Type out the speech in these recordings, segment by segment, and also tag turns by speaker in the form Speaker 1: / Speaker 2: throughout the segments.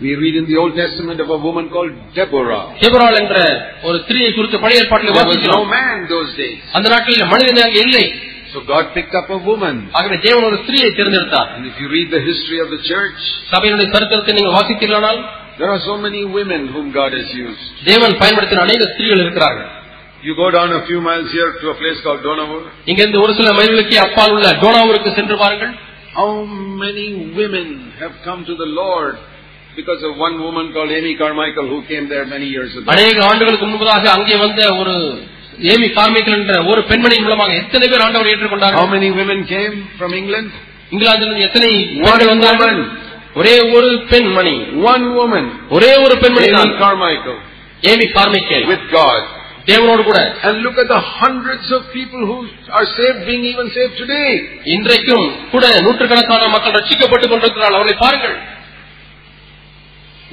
Speaker 1: We read in the Old Testament of a woman called Deborah.
Speaker 2: தேபராள் என்ற ஒரு ஸ்திரியை குறித்து பழைய ஏற்பாட்டில்
Speaker 1: There was no
Speaker 2: வாசிக்கிறோம்
Speaker 1: man those days.
Speaker 2: அந்த நாட்களில் மனிதன் அங்கே இல்லை
Speaker 1: So God picked up a woman.
Speaker 2: ஆகவே தேவன் ஒரு ஸ்திரியை தேர்ந்தெடுத்தார்
Speaker 1: And if you read the history of the church,
Speaker 2: சபையினுடைய சரித்திரத்தை நீங்கள் வாசித்தீர்களானால்
Speaker 1: there are so many women whom God has used.
Speaker 2: தேவன் பயன்படுத்தின அநேக ஸ்திரீகள் இருக்கிறார்கள்
Speaker 1: You go down a few miles here to a place called Donovan.
Speaker 2: இங்கிருந்து ஒரு சில மைல்களுக்கு அப்பால் உள்ள டோனாவூருக்கு சென்று பாருங்கள்
Speaker 1: How many women have come to the Lord because of one woman called Amy Carmichael who came there many years ago?
Speaker 2: அநேக ஆண்டுகளுக்கு முன்பதாக அங்கே வந்த ஒரு ஏமி கார்மிக்கல் என்ற ஒரு பெண்மணி மூலமாக எத்தனை பேர் ஆண்டவரை
Speaker 1: How
Speaker 2: ஏற்றுக்கொண்டார்கள்
Speaker 1: many women came from England?
Speaker 2: இங்கிலாந்திலிருந்து எத்தனை பெண்கள் வந்தார்கள் ஒரே ஒரு பெண்மணி
Speaker 1: One woman,
Speaker 2: ஒரே ஒரு பெண்மணி
Speaker 1: Amy
Speaker 2: தான்
Speaker 1: Carmichael,
Speaker 2: Amy Carmichael
Speaker 1: with God.
Speaker 2: தேவனோடு கூட
Speaker 1: And look at the hundreds of people who are saved, being even saved today.
Speaker 2: இன்றைக்கும் கூட நூற்றுக்கணக்கான மக்கள் ரட்சிக்கப்பட்டுக் கொண்டிருக்கிறார்கள் அவர்களை பாருங்கள்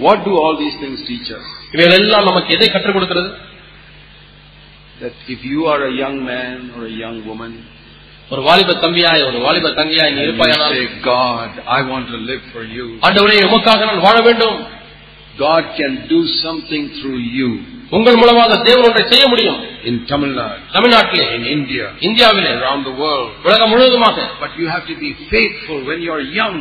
Speaker 1: What do all these things teach us?
Speaker 2: இவையெல்லாம் நமக்கு எதை கற்றுக் கொடுக்கிறது
Speaker 1: That if you are a young man or a young woman,
Speaker 2: ஒரு வாலிப தம்பியாய் ஒரு வாலிப தங்கியாய் நீ
Speaker 1: and you
Speaker 2: இருப்பாயானால்
Speaker 1: say, God, I want to live for you.
Speaker 2: ஆண்டவரே உமக்காக நான் வாழ வேண்டும்
Speaker 1: God can do something through you
Speaker 2: உங்கள் மூலமாக தேவன் ஒன்றை செய்ய முடியும்
Speaker 1: in Tamil Nadu,
Speaker 2: தமிழ்நாட்டிலே
Speaker 1: in India,
Speaker 2: இந்தியாவிலே
Speaker 1: around the world.
Speaker 2: உலகம் முழுவதுமாக
Speaker 1: But you have to be faithful when you are young.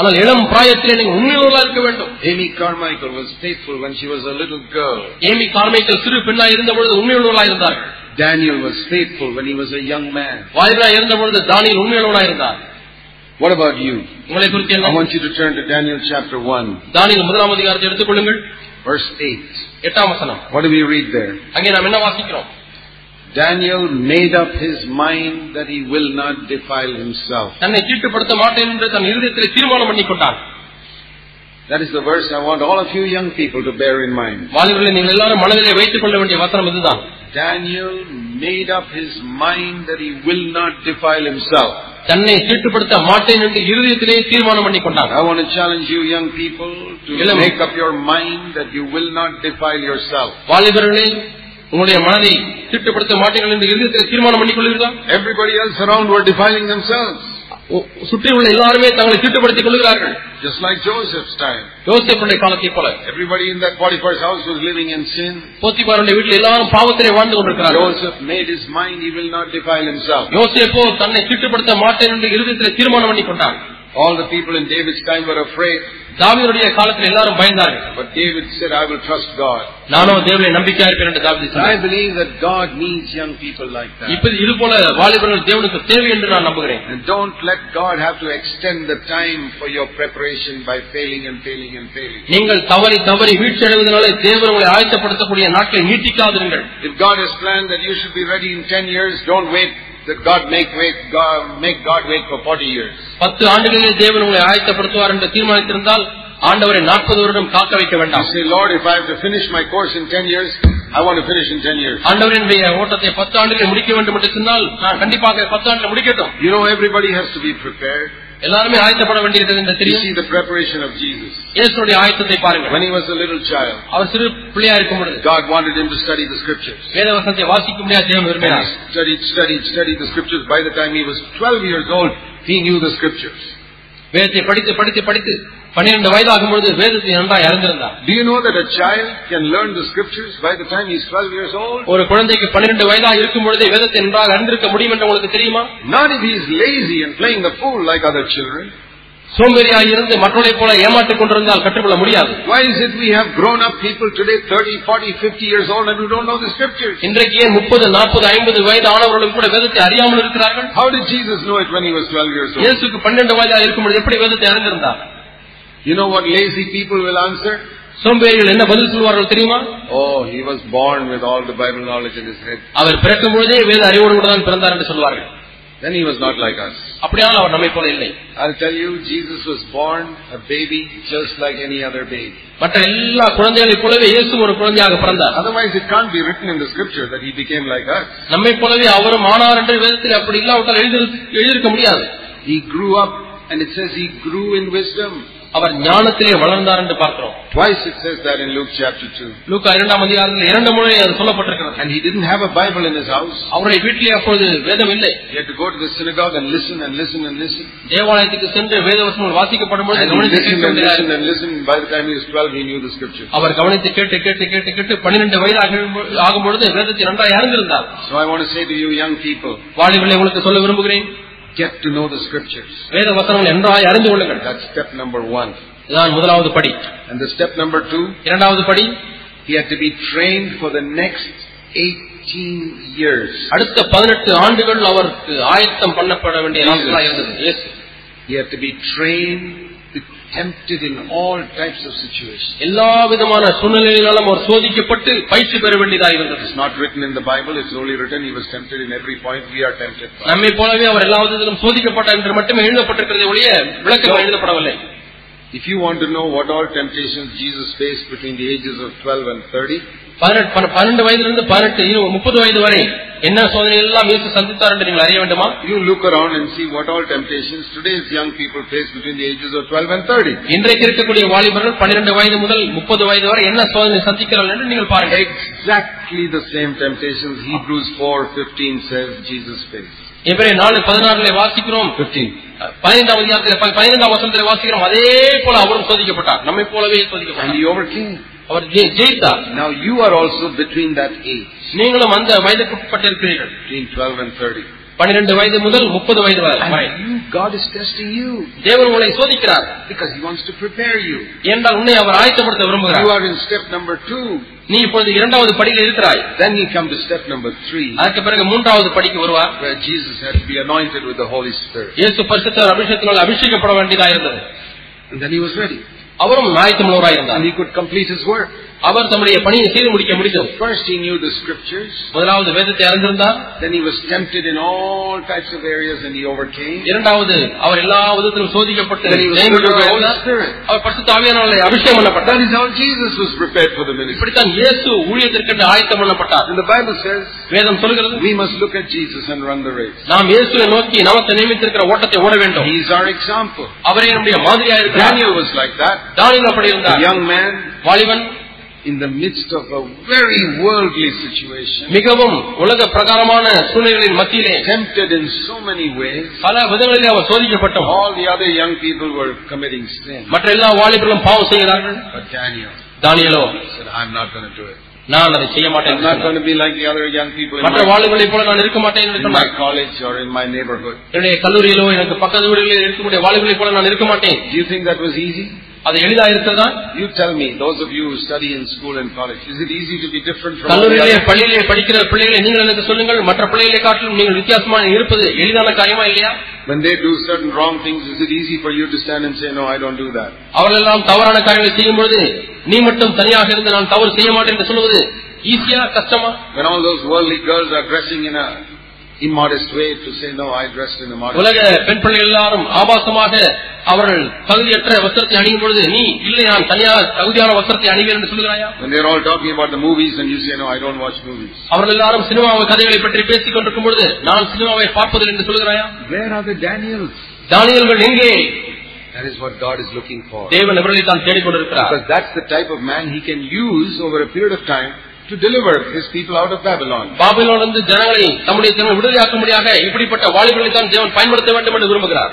Speaker 2: ஆனால் இளம் பிராயத்திலே நீங்கள் உண்மையுள்ளவர்களாக இருக்க வேண்டும்
Speaker 1: Amy Carmichael was faithful when she was a little girl.
Speaker 2: Amy Carmichael சிறு பெண்ணாய் இருந்த பொழுது உண்மையுள்ளவர்களாக இருந்தார்கள்
Speaker 1: Daniel was faithful when he was a young man.
Speaker 2: வாலிபராய் இருந்த பொழுது தானியில் உண்மையுள்ளவனாய் இருந்தார்
Speaker 1: What about you?
Speaker 2: உங்களை குறித்து
Speaker 1: I
Speaker 2: என்ன
Speaker 1: want you to turn to Daniel chapter 1,
Speaker 2: தானியில் முதலாம் அதிகாரத்தை எடுத்துக் கொள்ளுங்கள்
Speaker 1: verse 8.
Speaker 2: எட்டாம் வசனம்
Speaker 1: What do we read there?
Speaker 2: அங்கே நாம் என்ன வாசிக்கிறோம்
Speaker 1: Daniel made up his mind that he will not defile himself.
Speaker 2: தன்னை தீட்டுப்படுத்த மாட்டேன் என்று தன் இருதயத்திலே தீர்மானம் பண்ணிக் கொண்டான்
Speaker 1: That is the verse I want all of you young people to bear in mind.
Speaker 2: வாலிபர்களை நீங்கள் எல்லாரும் மனதிலே வைத்துக் கொள்ள வேண்டிய வசனம் இதுதான்
Speaker 1: Daniel made up his mind that he will not defile himself.
Speaker 2: தன்னை தீட்டுப்படுத்த மாட்டேன் என்று இருதயத்திலே தீர்மானம் பண்ணிக் கொண்டான்
Speaker 1: I want to challenge you young people to
Speaker 2: Ilam.
Speaker 1: make up your mind that you will not defile yourself.
Speaker 2: வாலிபர்களே உங்களுடைய மனதை தீட்டுப்படுத்த மாட்டீர்கள் என்று இருதயத்திலே தீர்மானம் பண்ணிக் கொள்வீர்களா
Speaker 1: Everybody else around were defiling themselves,
Speaker 2: உ- சுற்றியுள்ள எல்லாருமே தங்களை தீட்டுப்படுத்திக் கொள்கிறார்கள்
Speaker 1: just like Joseph's time.
Speaker 2: யோசேப்புடைய காலத்தைப் போல
Speaker 1: Everybody in that Potiphar's house was living in sin.
Speaker 2: போத்திபாருடைய வீட்டில் எல்லாரும் பாவத்திலே வாழ்ந்து கொண்டிருக்கிறார்கள்
Speaker 1: Joseph made his mind he will not defile himself.
Speaker 2: யோசேப்போ தன்னை தீட்டுப்படுத்த மாட்டேன் என்று இருதயத்திலே தீர்மானம் பண்ணிக் கொண்டான்
Speaker 1: All the people in David's time were afraid,
Speaker 2: தாவீதுடைய காலத்தில் எல்லாரும் பயந்தார்கள்
Speaker 1: but David said, I will trust God.
Speaker 2: நானோ தேவனை நம்பிக்கையா இருப்பேன் என்று தாவீது
Speaker 1: I
Speaker 2: சொன்னார்
Speaker 1: believe that God needs young people like that.
Speaker 2: இப்ப இது போல வாலிபர்கள் தேவனுக்கு தேவை என்று நான் நம்புகிறேன்
Speaker 1: And don't let God have to extend the time for your preparation by failing and failing and failing.
Speaker 2: நீங்கள் தவறி தவறி வீழ்ச்சியடைவதனாலே தேவன் உங்களை ஆயத்தப்படுத்தக்கூடிய நாட்களை நீட்டிக்காதிருங்கள்
Speaker 1: If God has planned that you should be ready in 10 years, don't wait that God make wait God, make God wait for 40 years.
Speaker 2: பத்து ஆண்டுகளிலே தேவன் உங்களை ஆயத்தப்படுத்துவார் என்று தீர்மானித்திருந்தால் ஆண்டவரை நாற்பது வருடம் காக்க வைக்க
Speaker 1: You
Speaker 2: வேண்டாம்
Speaker 1: say, Lord, if I have to finish my course in 10 years, I want to finish in 10 years.
Speaker 2: ஆண்டவரினுடைய ஓட்டத்தை பத்து ஆண்டுகளில் முடிக்க வேண்டும் என்று சொன்னால் நான் கண்டிப்பாக பத்து ஆண்டுல முடிக்கட்டும்
Speaker 1: You know, everybody has to be prepared.
Speaker 2: எல்லாருமே ஆயத்தப்பட வேண்டியிருக்கிறது என்று
Speaker 1: You
Speaker 2: தெரியும்
Speaker 1: see the preparation of Jesus.
Speaker 2: இயேசுடைய ஆயத்தத்தை பாருங்கள்
Speaker 1: When he was a little child,
Speaker 2: அவர் சிறு பிள்ளையா இருக்கும் பொழுது
Speaker 1: God wanted him to study the scriptures.
Speaker 2: வேதவசனத்தை வாசிக்க முடியாத தேவன்
Speaker 1: And he
Speaker 2: விரும்பினார்
Speaker 1: studied, studied, studied the scriptures. By the time he was 12 years old, he knew the scriptures.
Speaker 2: வேதத்தை படித்து படித்து படித்து பன்னிரண்டு வயதாகும் பொழுது வேதத்தை நன்றாய் அறிந்திருந்தார்
Speaker 1: Do you know that a child can learn the scriptures by the time he's 12 years old?
Speaker 2: ஒரு குழந்தைக்கு பன்னிரண்டு வயதாக இருக்கும் பொழுதே வேதத்தை நன்றாக அறிந்திருக்க முடியும் என்று உங்களுக்கு தெரியுமா
Speaker 1: Not if he's lazy and playing the fool like other children.
Speaker 2: சோம்பேறியாக இருந்து மற்றவரை போல ஏமாற்றிக் கொண்டிருந்தால் கற்றுக்கொள்ள முடியாது
Speaker 1: Why is it we have grown up people today 30, 40, 50 years old and who don't know the scriptures?
Speaker 2: இன்றைக்கு ஏன் முப்பது நாற்பது ஐம்பது வயது ஆனவர்களும் கூட வேதத்தை அறியாமல் இருக்கிறார்கள்
Speaker 1: How did Jesus know it when he was 12 years old?
Speaker 2: இயேசுக்கு பன்னிரண்டு வயதாக இருக்கும் பொழுது எப்படி வேதத்தை அறிந்திருந்தார்
Speaker 1: You know what lazy people will answer?
Speaker 2: சோம்பேறிகள் என்ன பதில் சொல்வார்கள் தெரியுமா
Speaker 1: Oh, he was born with all the Bible knowledge in his head.
Speaker 2: அவர் பிறக்கும் பொழுதே வேத அறிவோடு கூட தான் பிறந்தார் என்று சொல்வார்கள்
Speaker 1: Then he was not like us.
Speaker 2: அப்படியால் அவர் நம்மை போல இல்லை
Speaker 1: I'll tell you, Jesus was born a baby just like any other baby.
Speaker 2: மற்ற எல்லா குழந்தைகளைப் போலவே இயேசு ஒரு குழந்தையாக பிறந்தார்
Speaker 1: Otherwise, it can't be written in the scripture that he became like us.
Speaker 2: நம்மை போலவே அவரும் ஆனார் என்று வேதத்தில் அப்படி இல்லாவிட்டால் எழுதியிருக்க- எழுதியிருக்க முடியாது
Speaker 1: He grew up, and it says he grew in wisdom.
Speaker 2: அவர் ஞானத்திலே வளர்ந்தார் என்று பார்க்கிறோம்
Speaker 1: Twice it says that in Luke chapter 2.
Speaker 2: லூக்கா இரண்டாம் அதிகாரத்தில் இரண்டு முறை அது சொல்லப்பட்டிருக்கிறது
Speaker 1: And he didn't have a Bible in his house.
Speaker 2: அவருடைய வீட்டிலே அப்பொழுது வேதம் இல்லை
Speaker 1: He had to go to the synagogue and listen and listen and listen.
Speaker 2: தேவாலயத்துக்கு சென்று வேத வசனங்கள் வாசிக்கப்படும் பொழுது
Speaker 1: And he
Speaker 2: கவனித்து
Speaker 1: listened and
Speaker 2: கேட்க
Speaker 1: listened
Speaker 2: வேண்டியதாக இருந்தது.
Speaker 1: and listened. By the time he was 12, he knew the scripture.
Speaker 2: அவர் கவனித்து கேட்டு கேட்டு கேட்டு கேட்டு பன்னிரண்டு வயதாக ஆகும் பொழுது வேதத்தை நன்றாக அறிந்திருந்தார்
Speaker 1: So I want to say to you young people,
Speaker 2: வாலிபர்களை உங்களுக்கு சொல்ல விரும்புகிறேன்
Speaker 1: get to know the scriptures.
Speaker 2: வேத வசனங்கள் நன்றாக அறிந்து கொள்ளுங்கள்
Speaker 1: That's step number one.
Speaker 2: இதுதான் முதலாவது படி
Speaker 1: And the step number two,
Speaker 2: இரண்டாவது படி
Speaker 1: he had to be trained for the next 18 years.
Speaker 2: அடுத்த பதினெட்டு ஆண்டுகள் அவருக்கு ஆயத்தம் பண்ணப்பட வேண்டிய நாட்களாக இருந்தது இயேசு
Speaker 1: He had to be trained, be tempted in all types of situations.
Speaker 2: எல்லா விதமான சூழ்நிலையினாலும் அவர் சோதிக்கப்பட்டு பயிற்சி பெற வேண்டியதாக இருந்தது
Speaker 1: It's not written in the Bible, it's only written he was tempted in every point we are tempted by.
Speaker 2: நம்மை போலவே அவர் எல்லா விதத்திலும் சோதிக்கப்பட்டார் என்று மட்டுமே எழுதப்பட்டிருக்கிறதே ஒழிய விளக்கம் எழுதப்படவில்லை
Speaker 1: If you want to know what all temptations Jesus faced between the ages of 12 and 30,
Speaker 2: பதினெட்டு- பன்ன- பன்னெண்டு வயதிலிருந்து பதினெட்டு இரு- முப்பது வயது வரை என்ன சோதனை எல்லாம் இயேசு சந்தித்தார் என்று நீங்கள் அறிய வேண்டுமா
Speaker 1: you look around and see what all temptations today's young people face between the ages of 12 and 30.
Speaker 2: இன்றைக்கு இருக்கக்கூடிய வாலிபர்கள் பன்னிரண்டு வயது முதல் முப்பது வயது வரை என்ன சோதனை சந்திக்கிறார்கள் என்று நீங்கள் பாருங்கள்
Speaker 1: Exactly the same temptations Hebrews 4:15 says Jesus faced.
Speaker 2: இவரை நாலு பதினாறுல வாசிக்கிறோம்
Speaker 1: 15.
Speaker 2: பதினைந்தாம் அதிகாரத்தில் ப- பதினைந்தாம் வசனத்தில் வாசிக்கிறோம் அதே போல அவரும் சோதிக்கப்பட்டார் நம்மை போலவே
Speaker 1: And
Speaker 2: சோதிக்கப்பட்டார்
Speaker 1: he overcame.
Speaker 2: Our J- ஜெயித்தார்
Speaker 1: Now you are also between that age,
Speaker 2: நீங்களும் அந்த வயதுக்குட்பட்டிருக்கிறீர்கள்
Speaker 1: between 12 and 30.
Speaker 2: பன்னிரண்டு வயது முதல் முப்பது வயது வரை
Speaker 1: And you, God is testing you
Speaker 2: தேவன் உங்களை சோதிக்கிறார்
Speaker 1: because he wants to prepare you.
Speaker 2: என்றால் உன்னை அவர் ஆயத்தப்படுத்த
Speaker 1: You
Speaker 2: விரும்புகிறார்
Speaker 1: are in step number 2.
Speaker 2: நீ இப்பொழுது இரண்டாவது படியில் இருக்கிறாய்
Speaker 1: Then he come to step number 3
Speaker 2: அதற்கு பிறகு மூன்றாவது படிக்கு வருவார்
Speaker 1: where Jesus had to be anointed with the Holy Spirit.
Speaker 2: இயேசு பரிசுத்தர் அபிஷேகத்தினால் அபிஷேகப்பட வேண்டியதாக இருந்தது
Speaker 1: And then he was ready.
Speaker 2: அவரும் நாயத்தமுள்ளவராக
Speaker 1: And
Speaker 2: இருந்தார்
Speaker 1: he could complete his work.
Speaker 2: அவர் தம்முடைய பணியை செய்து முடிக்க முடிந்தது
Speaker 1: First he knew the scriptures.
Speaker 2: முதலாவது வேதத்தை அறிந்திருந்தார்
Speaker 1: Then he was tempted in all types of areas and he overcame.
Speaker 2: இரண்டாவது அவர் எல்லா விதத்திலும் சோதிக்கப்பட்டு
Speaker 1: Then he was
Speaker 2: Jayam
Speaker 1: filled with the
Speaker 2: பெற்றவர்
Speaker 1: Holy
Speaker 2: இருந்தார்.
Speaker 1: Spirit.
Speaker 2: அவர் பரிசுத்த ஆவியானவரால் அபிஷேகம்
Speaker 1: That
Speaker 2: பண்ணப்பட்டார்
Speaker 1: is how Jesus was prepared for the ministry.
Speaker 2: இப்படித்தான் இயேசு ஊழியத்திற்கென்று ஆயத்தம் பண்ணப்பட்டார்
Speaker 1: And the Bible says
Speaker 2: வேதம் சொல்கிறது
Speaker 1: we must look at Jesus and run the race.
Speaker 2: நாம் இயேசுவை நோக்கி நமக்கு நியமித்திருக்கிற ஓட்டத்தை ஓட வேண்டும்
Speaker 1: He is our example.
Speaker 2: அவரே நம்முடைய மாதிரியா இருக்கிறார்
Speaker 1: Daniel was like that.
Speaker 2: தானியேல் அப்படி இருந்தார்
Speaker 1: A young man
Speaker 2: வாலிபன்
Speaker 1: in the midst of a very worldly situation,
Speaker 2: மிகவும் உலக பிரகாரமான சூழ்நிலைகளின் மத்தியிலே
Speaker 1: tempted in so many ways.
Speaker 2: பல விதங்களிலே அவர் சோதிக்கப்பட்டோம்
Speaker 1: All the other young people were committing sin.
Speaker 2: மற்ற எல்லா வாலிபர்களும் பாவம் செய்கிறார்கள்
Speaker 1: But Daniel
Speaker 2: தானியேலோ
Speaker 1: said, I'm not going to do it.
Speaker 2: நான் அதை செய்ய மாட்டேன்
Speaker 1: I'm
Speaker 2: என்று
Speaker 1: not
Speaker 2: சொன்னார்.
Speaker 1: going to be like the other young people in
Speaker 2: மற்ற
Speaker 1: my,
Speaker 2: வாலிபர்களைப் போல நான் இருக்க மாட்டேன் என்று
Speaker 1: in my
Speaker 2: சொன்னார்.
Speaker 1: college or in my neighborhood.
Speaker 2: என்னுடைய கல்லூரியிலோ எனக்கு பக்கத்து வீடுகளில் இருக்கக்கூடிய வாலிபர்களைப் போல நான் இருக்க மாட்டேன்
Speaker 1: Do you think that was easy?
Speaker 2: அது எளிதா இருக்கிறதா
Speaker 1: You tell me, those of you who study in school and college, is it easy to be different from all the
Speaker 2: கல்லூரியிலே
Speaker 1: other?
Speaker 2: பள்ளியிலே படிக்கிற பிள்ளைகளை நீங்கள் எனக்கு சொல்லுங்கள் மற்ற பிள்ளைகளை காட்டிலும் நீங்கள் வித்தியாசமான இருப்பது எளிதான காரியமா இல்லையா
Speaker 1: When they do certain wrong things, is it easy for you to stand and say, no, I don't do that?
Speaker 2: அவர்கள் எல்லாம் தவறான காரியங்களை செய்யும் பொழுது நீ மட்டும் தனியாக இருந்து நான் தவறு செய்ய மாட்டேன் என்று சொல்வது ஈஸியா கஷ்டமா
Speaker 1: When all those worldly girls are dressing in a immodest way to say, no, I dressed in a modest
Speaker 2: உலக பெண் பிள்ளைகள் எல்லாரும் ஆபாசமாக அவர்கள் தகுதியற்ற வஸ்திரத்தை அணியும் பொழுது நீ இல்லை நான் தனியாக தகுதியான வஸ்திரத்தை அணிவேன் என்று சொல்கிறாயா
Speaker 1: When they're all talking about the movies and you say, no, I don't watch movies.
Speaker 2: அவர்கள் எல்லாரும் சினிமா கதைகளை பற்றி பேசிக் கொண்டிருக்கும் பொழுது நான் சினிமாவை பார்ப்பதில்லை என்று சொல்கிறாயா
Speaker 1: Where are the Daniels?
Speaker 2: தானியல்கள் எங்கே
Speaker 1: That is what God is looking for.
Speaker 2: தேவன் இவர்களை தான் தேடிக்கொண்டிருக்கிறார்
Speaker 1: Because that's the type of man he can use over a period of time to deliver his people out of Babylon.
Speaker 2: பாபிலோனிலிருந்து ஜனங்களை தம்முடைய ஜனங்களை விடுதலையாக்க முடியாத இப்படிப்பட்ட வாலிபர்களை தான் தேவன் பயன்படுத்த வேண்டும் என்று விரும்புகிறார்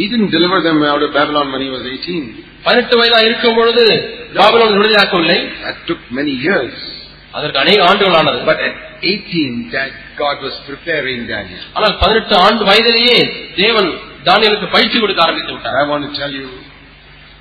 Speaker 1: He didn't deliver them out of Babylon when he was 18.
Speaker 2: பதினெட்டு வயதா இருக்கும் பொழுது பாபிலோன் விடுதலையாக்கவில்லை
Speaker 1: That took many years.
Speaker 2: அதற்கு அநேக ஆண்டுகள் ஆனது
Speaker 1: But at 18, that God was preparing Daniel.
Speaker 2: ஆனால் பதினெட்டு ஆண்டு வயதிலேயே தேவன் தானியலுக்கு பயிற்சி கொடுக்க ஆரம்பித்து விட்டார்
Speaker 1: I want to tell you,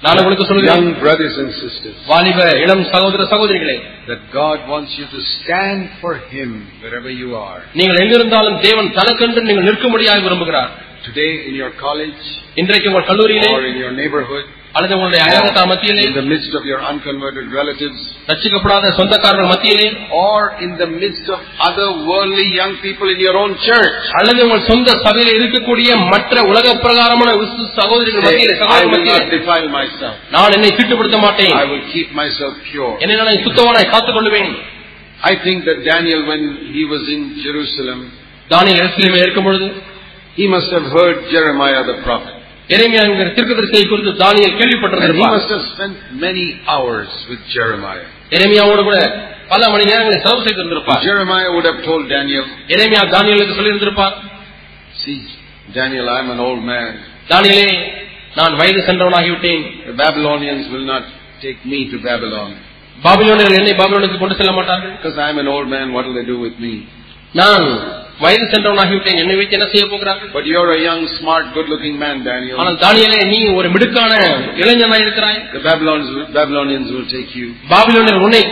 Speaker 2: நான் உங்களுக்கு சொல்கிறேன்
Speaker 1: young brothers and sisters,
Speaker 2: வாலிப இளம் சகோதர சகோதரிகளே
Speaker 1: that God wants you to stand for Him wherever you are.
Speaker 2: நீங்கள் எங்கிருந்தாலும் தேவன் தனக்கென்று நீங்கள் நிற்கும்படியாக விரும்புகிறார்
Speaker 1: Today, in your college,
Speaker 2: இன்றைக்கு உங்கள் கல்லூரியிலே
Speaker 1: or in your neighborhood,
Speaker 2: அல்லது உங்களுடைய அயலகத்தா மத்தியிலே
Speaker 1: in the midst of your unconverted relatives,
Speaker 2: ரட்சிக்கப்படாத சொந்தக்காரர்கள் மத்தியிலே
Speaker 1: or in the midst of other worldly young people in your own church.
Speaker 2: அல்லது உங்கள் சொந்த சபையில் இருக்கக்கூடிய மற்ற உலக பிரகாரமான விசுவாச சகோதரிகள்
Speaker 1: Say,
Speaker 2: மத்தியிலே
Speaker 1: I
Speaker 2: சகோதரர்
Speaker 1: will not
Speaker 2: மத்தியிலே
Speaker 1: defile myself.
Speaker 2: நான் என்னை தீட்டுப்படுத்த மாட்டேன்
Speaker 1: I will keep myself pure.
Speaker 2: என்னை நான் சுத்தவனாய் காத்துக் கொள்வேன்
Speaker 1: I think that Daniel, when he was in Jerusalem,
Speaker 2: தானியல் எருசலேமிலே இருக்கும் பொழுது
Speaker 1: he must have heard Jeremiah the prophet.
Speaker 2: எரேமியா என்கிற தீர்க்கதரிசியை குறித்து தானியல்
Speaker 1: And he
Speaker 2: கேள்விப்பட்டிருக்கிறார்
Speaker 1: must have spent many hours with Jeremiah.
Speaker 2: எரேமியாவோடு கூட பல மணி நேரங்களை செலவு செய்திருந்திருப்பார்
Speaker 1: Jeremiah would have told Daniel,
Speaker 2: எரேமியா தானியலுக்கு சொல்லியிருந்திருப்பார்
Speaker 1: See, Daniel, I'm an old man.
Speaker 2: தானியலே நான் வயது சென்றவனாகிவிட்டேன்
Speaker 1: The Babylonians will not take me to Babylon.
Speaker 2: பாபிலோனியர்கள் என்னை பாபிலோனுக்கு கொண்டு செல்ல மாட்டார்கள்
Speaker 1: Because I'm an old man, what will they do with me?
Speaker 2: நான் வயது சென்றவனாகிவிட்டேன் என்னை வைத்து என்ன செய்ய போகிறார்கள்
Speaker 1: But you're a young, smart, good-looking man, Daniel.
Speaker 2: ஆனால் தானியலே நீ ஒரு மிடுக்கான இளைஞனாய் இருக்கிறாய்
Speaker 1: The Babylonians will, Babylonians will take you.
Speaker 2: பாபிலோனியர் உன்னை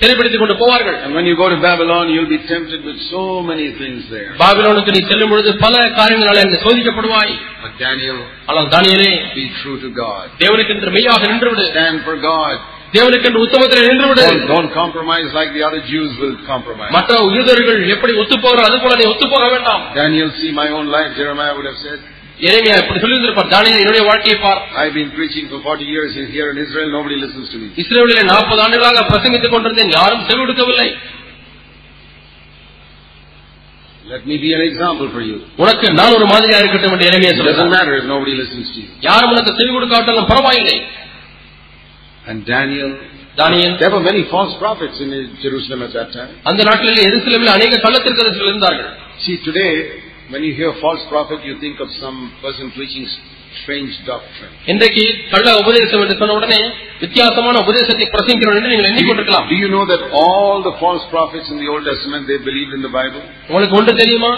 Speaker 2: சிறைப்படுத்திக் கொண்டு போவார்கள்
Speaker 1: And when you go to Babylon, you'll be tempted with so many things there.
Speaker 2: பாபிலோனுக்கு நீ செல்லும் பொழுது பல காரியங்களால் நீ சோதிக்கப்படுவாய்
Speaker 1: But Daniel,
Speaker 2: ஆனால் தானியலே
Speaker 1: be true to God.
Speaker 2: தேவனுக்கென்று மெய்யாக நின்றுவிடு
Speaker 1: Stand for God.
Speaker 2: தேவனுக்கென்று உத்தமத்தில் நின்றுவிடு
Speaker 1: Don't, don't compromise like the other Jews will compromise.
Speaker 2: மற்ற யூதர்கள் எப்படி ஒத்து போகிறோம் அது போல நீ ஒத்து போக வேண்டாம்
Speaker 1: Daniel, see my own life, Jeremiah would have said.
Speaker 2: எரேமியா இப்படி சொல்லியிருந்திருப்பார் தானியல் என்னுடைய வாழ்க்கையை பார்
Speaker 1: I've been preaching for 40 years here in Israel, nobody listens to me.
Speaker 2: இஸ்ரேலிலே நாற்பது ஆண்டுகளாக பிரசங்கித்துக் கொண்டிருந்தேன் யாரும் செவி கொடுக்கவில்லை
Speaker 1: Let me be an example for you.
Speaker 2: உனக்கு நான் ஒரு மாதிரியா இருக்கட்டும் என்று எரேமியா
Speaker 1: It doesn't
Speaker 2: சொல்றார்
Speaker 1: matter if nobody listens to you.
Speaker 2: யாரும் உனக்கு செவி கொடுக்காவிட்டாலும் பரவாயில்லை
Speaker 1: And Daniel,
Speaker 2: தானியல்
Speaker 1: there were many false prophets in Jerusalem at that time.
Speaker 2: அந்த நாட்டிலே எருசலேமில் அநேக கள்ளத்திற்கரசர்கள் இருந்தார்கள்
Speaker 1: See, today, when you hear false prophet, you think of some person preaching strange doctrine.
Speaker 2: இன்றைக்கு கள்ள உபதேசம் என்று சொன்ன உடனே வித்தியாசமான உபதேசத்தை பிரசங்கிக்கிறோம் என்று நீங்கள்
Speaker 1: Do you,
Speaker 2: எண்ணிக்கொண்டிருக்கலாம்
Speaker 1: do you know that all the false prophets in the Old Testament, they believed in the Bible?
Speaker 2: உங்களுக்கு ஒன்று தெரியுமா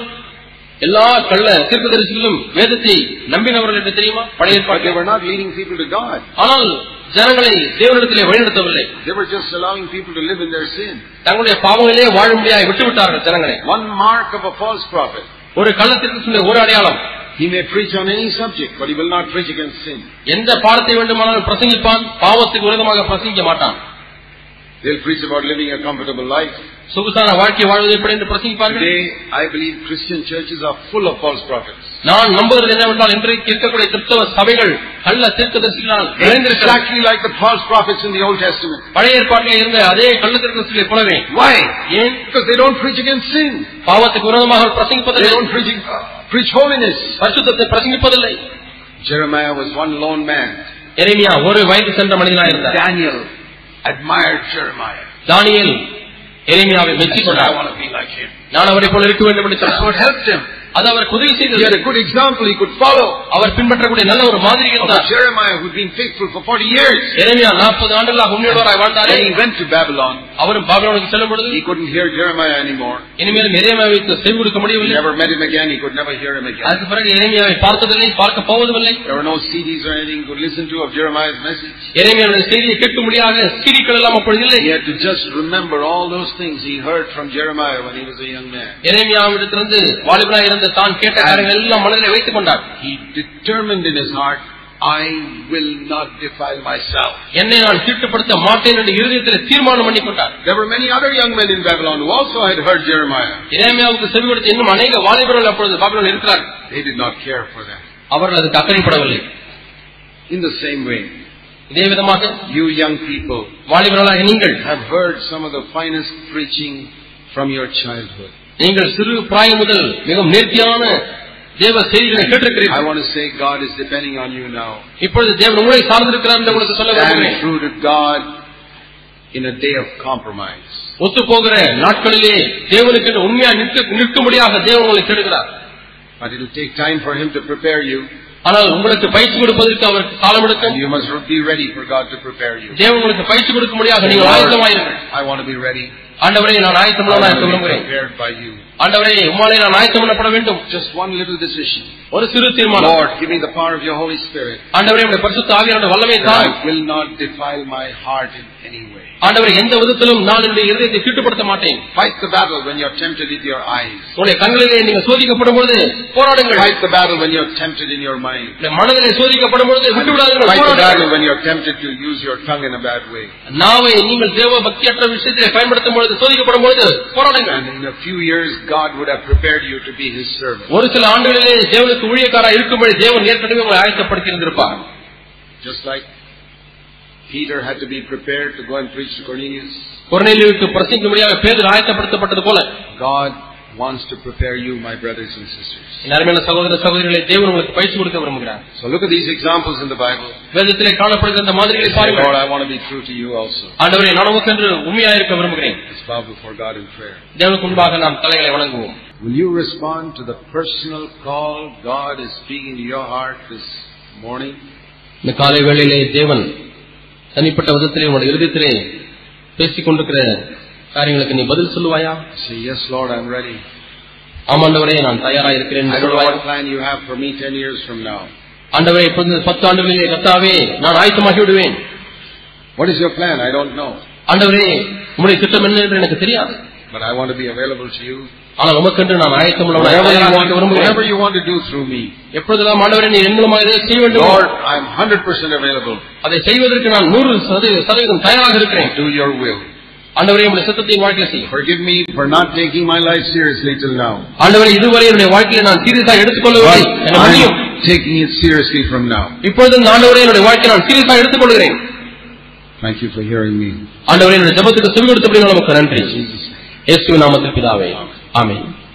Speaker 2: எல்லா கள்ள தீர்க்கதரிசிகளும் வேதத்தை நம்பினவர்கள் என்று தெரியுமா பழைய
Speaker 1: But they
Speaker 2: ஏற்பாட்டில்.
Speaker 1: were not leading people to God.
Speaker 2: ஆனால் ஜனங்களை தேவனிடத்திலே வழிநடத்தவில்லை
Speaker 1: They were just allowing people to live in their sin.
Speaker 2: தங்களுடைய பாவங்களே வாழும்படியாக விட்டுவிட்டார்கள் ஜனங்களை
Speaker 1: One mark of a false prophet.
Speaker 2: ஒரு கள்ளத்திற்கு சொன்ன ஒரு அடையாளம்
Speaker 1: He may preach on any subject, but he will not preach against sin.
Speaker 2: எந்த பாடத்தை வேண்டுமானாலும் பிரசங்கிப்பான் பாவத்துக்கு விரோதமாக பிரசங்கிக்க மாட்டான்
Speaker 1: They'll preach about living a comfortable life.
Speaker 2: சொகுசான வாழ்க்கை வாழ்வது எப்படி என்று பிரசங்கிப்பார்கள்
Speaker 1: Today, I believe Christian churches are full of false prophets.
Speaker 2: நான் நம்புவது என்னவென்றால் இன்றைக்கு இருக்கக்கூடிய கிறிஸ்தவ சபைகள் கள்ள தீர்க்கதரிசிகளால் நிறைந்திருக்கிறார்கள்
Speaker 1: Exactly like the false prophets in the Old Testament.
Speaker 2: பழைய ஏற்பாட்டில் இருந்த அதே கள்ள தீர்க்கதரிசிகளை போலவே
Speaker 1: Why?
Speaker 2: ஏன்
Speaker 1: Because they don't preach against sin.
Speaker 2: பாவத்துக்கு விரோதமாக
Speaker 1: They
Speaker 2: பிரசங்கிப்பதில்லை
Speaker 1: don't preach, preach holiness.
Speaker 2: பரிசுத்தத்தை பிரசங்கிப்பதில்லை
Speaker 1: Jeremiah was one lone man.
Speaker 2: எரேமியா ஒரு வயது சென்ற மனிதனாக இருந்தார்
Speaker 1: Daniel admired Jeremiah.
Speaker 2: Daniel எரேமியாவை
Speaker 1: He
Speaker 2: மெச்சிக்
Speaker 1: said, I
Speaker 2: கொண்டார்
Speaker 1: want to be like him.
Speaker 2: நான் அவரை போல இருக்க வேண்டும் என்று
Speaker 1: That's
Speaker 2: சொன்னார்
Speaker 1: what helped him.
Speaker 2: அது அவருக்கு உதவி
Speaker 1: He had
Speaker 2: செய்தது
Speaker 1: a good example he could follow.
Speaker 2: அவர் பின்பற்றக்கூடிய நல்ல ஒரு மாதிரி
Speaker 1: Of
Speaker 2: இருந்தார்
Speaker 1: Jeremiah, who'd been faithful for 40 years.
Speaker 2: எரேமியா நாற்பது ஆண்டுகளாக உண்மையோடவராய் வாழ்ந்தாரே
Speaker 1: When he went to Babylon,
Speaker 2: அவரும் பாபிலோனுக்கு செல்லும் பொழுது
Speaker 1: he couldn't hear Jeremiah anymore.
Speaker 2: இனிமேல் எரேமியாவை செவி கொடுக்க
Speaker 1: He
Speaker 2: முடியவில்லை
Speaker 1: never met him again. He could never hear him again.
Speaker 2: அதுக்கு பிறகு எரேமியாவை பார்த்ததில்லை பார்க்க போவதுமில்லை
Speaker 1: There were no CDs or anything to listen to of Jeremiah's message.
Speaker 2: எரேமியாவுடைய செய்தியை கேட்க முடியாத சீடிக்கள் எல்லாம் அப்பொழுது இல்லை
Speaker 1: He had to just remember all those things he heard from Jeremiah when he was a young man.
Speaker 2: எரேமியாவிடத்திலிருந்து வாலிபனா இருந்த தான் கேட்ட காரியங்கள் எல்லாம் மனதிலே வைத்துக் கொண்டார்
Speaker 1: He determined in his heart, I will not defile myself.
Speaker 2: என்னை நான் தீட்டுப்படுத்த மாட்டேன் என்று இருதயத்தில் தீர்மானம் பண்ணி கொண்டார்
Speaker 1: There were many other young men in Babylon who also had heard Jeremiah.
Speaker 2: எரேமியாவுக்கு செவி கொடுத்த இன்னும் அநேக வாலிபர்கள் அப்பொழுது பாபிலோன் இருக்கிறார்
Speaker 1: They did not care for that.
Speaker 2: அவர்கள் அதுக்கு அக்கறைப்படவில்லை
Speaker 1: In the same way,
Speaker 2: இதே விதமாக
Speaker 1: you young people
Speaker 2: வாலிபர்களாக நீங்கள்
Speaker 1: have heard some of the finest preaching from your childhood.
Speaker 2: நீங்கள் சிறு பிராயம் முதல் மிகவும் நேர்த்தியான தேவ செய்திகளை
Speaker 1: I
Speaker 2: கேட்டிருக்கிறீர்கள்
Speaker 1: want to say God is depending on you now.
Speaker 2: இப்பொழுது தேவன் உங்களை சார்ந்திருக்கிறார் என்று உங்களுக்கு சொல்ல
Speaker 1: Stand
Speaker 2: விரும்புகிறேன்
Speaker 1: true to God in a day of compromise.
Speaker 2: ஒத்துப்போகிற நாட்களிலே தேவனுக்கு என்று உண்மையா நிற்க நிற்கும்படியாக தேவன் உங்களை தேடுகிறார்
Speaker 1: But it'll take time for Him to prepare you.
Speaker 2: ஆனால் உங்களுக்கு பயிற்சி கொடுப்பதற்கு அவருக்கு காலம்
Speaker 1: And
Speaker 2: எடுக்கும்
Speaker 1: you must be ready for God to prepare you.
Speaker 2: தேவன் உங்களுக்கு பயிற்சி கொடுக்கும்படியாக நீங்கள் ஆயத்தமாயிருங்கள்
Speaker 1: I want to be ready.
Speaker 2: ஆண்டவரே நான்
Speaker 1: I
Speaker 2: ஆயத்தமுள்ளவனாக
Speaker 1: want to
Speaker 2: இருக்க
Speaker 1: be
Speaker 2: விரும்புகிறேன்
Speaker 1: prepared by you.
Speaker 2: ஆண்டவரே உம்மாலே நான் ஆயத்தம் பண்ணப்பட வேண்டும்
Speaker 1: Just one little decision.
Speaker 2: ஒரு சிறு தீர்மானம்
Speaker 1: Lord, give me the power of your Holy Spirit.
Speaker 2: ஆண்டவரே உடைய பரிசுத்த ஆவியானோட வல்லமை
Speaker 1: that
Speaker 2: தான்
Speaker 1: I will not defile my heart in any way.
Speaker 2: ஆண்டவரே எந்த விதத்திலும் நான் என்னுடைய இருதயத்தை தீட்டுப்படுத்த மாட்டேன்
Speaker 1: Fight the battle when you're tempted with your eyes.
Speaker 2: உங்களுடைய கண்களிலே நீங்கள் சோதிக்கப்படும் பொழுது போராடுங்கள்
Speaker 1: Fight the battle when you're tempted in your mind.
Speaker 2: உங்களுடைய மனதிலே சோதிக்கப்படும் பொழுது
Speaker 1: Fight
Speaker 2: விட்டுவிடாதீர்கள்
Speaker 1: the battle
Speaker 2: போராடுங்கள்
Speaker 1: when you're tempted to use your tongue in a bad way.
Speaker 2: நாவை நீங்கள் தேவ பக்தியற்ற விஷயத்திலே பயன்படுத்தும் பொழுது சோதிக்கப்படும் பொழுது போராடுங்கள்
Speaker 1: And in a few years, God would have prepared you to be His servant.
Speaker 2: ஒரு சில ஆண்டுகளிலே தேவனுக்கு ஊழியக்காரா இருக்கும்படி தேவன் ஏற்கனவே உங்களை ஆயத்தப்படுத்தி இருந்திருப்பார்
Speaker 1: Just like Peter had to be prepared to go and preach to Cornelius,
Speaker 2: குறநிலுக்கு பிரசங்கிக்க முடியாத பேதர் ஆயத்தப்படுத்தப்பட்டது போல
Speaker 1: God wants to prepare you, my brothers and sisters.
Speaker 2: என் அருமையான சகோதர சகோதரிகளை தேவன் உங்களுக்கு பயிற்சி கொடுக்க விரும்புகிறார்
Speaker 1: So look at these examples in the Bible.
Speaker 2: வேதத்திலே காணப்படுகிற அந்த மாதிரிகளை
Speaker 1: Say, Lord,
Speaker 2: பாருங்கள்
Speaker 1: I want to be true to you also.
Speaker 2: ஆண்டவரே நான் உமக்கு என்று உண்மையா இருக்க விரும்புகிறேன்
Speaker 1: Let's bow before God in prayer.
Speaker 2: தேவனுக்கு முன்பாக நாம் தலைகளை வணங்குவோம்
Speaker 1: Will you respond to the personal call God is speaking to your heart this morning?
Speaker 2: இந்த காலை வேளையிலே தேவன் தனிப்பட்ட விதத்திலே உன்னுடைய இருதயத்திலே பேசிக் கொண்டிருக்கிற காரியங்களுக்கு நீ பதில் சொல்லுவாயா
Speaker 1: Say, yes, Lord, I'm ready.
Speaker 2: ஆமாண்டவரே நான் தயாரா இருக்கிறேன்
Speaker 1: I
Speaker 2: என்று
Speaker 1: don't know
Speaker 2: சொல்லுவாயா
Speaker 1: what plan you have for me 10 years from now.
Speaker 2: ஆண்டவரே இப்பொழுது இந்த பத்து ஆண்டுகளிலே கர்த்தாவே நான் ஆயத்தமாகி விடுவேன்
Speaker 1: What is your plan? I don't know.
Speaker 2: ஆண்டவரே உம்முடைய திட்டம் என்ன என்று எனக்கு தெரியாது
Speaker 1: But I want to be available to you.
Speaker 2: ஆனால் உமக்கென்று நான் ஆயத்தம்
Speaker 1: Whatever you want, whatever
Speaker 2: விரும்புகிறேன்
Speaker 1: you want to do through me.
Speaker 2: எப்பொழுதெல்லாம் ஆண்டவரே நீ என் மூலமாக இதை செய்ய
Speaker 1: Lord,
Speaker 2: வேண்டும்
Speaker 1: I'm 100% available.
Speaker 2: அதை செய்வதற்கு நான் நூறு சதவீதம் சதவீதம் தயாராக இருக்கிறேன்
Speaker 1: Do your will.
Speaker 2: ஆண்டவரே உங்களுடைய சித்தத்தை என் வாழ்க்கையில செய்யும்
Speaker 1: Forgive me for not taking my life seriously till now.
Speaker 2: ஆண்டவரே இதுவரை என்னுடைய வாழ்க்கையில நான் சீரியஸா எடுத்துக்கொள்ளவில்லை
Speaker 1: But
Speaker 2: எனக்கு முடியும்
Speaker 1: I'm taking it seriously from now.
Speaker 2: இப்பொழுது இந்த ஆண்டவரே என்னுடைய வாழ்க்கையை நான் சீரியஸா எடுத்துக்கொள்கிறேன்
Speaker 1: Thank you for hearing me.
Speaker 2: ஆண்டவரே என்னுடைய ஜெபத்துக்கு செவி கொடுத்தபடி நமக்கு நன்றி
Speaker 1: In Jesus' name.
Speaker 2: இயேசு நாமத்தில் பிதாவே ஆமென்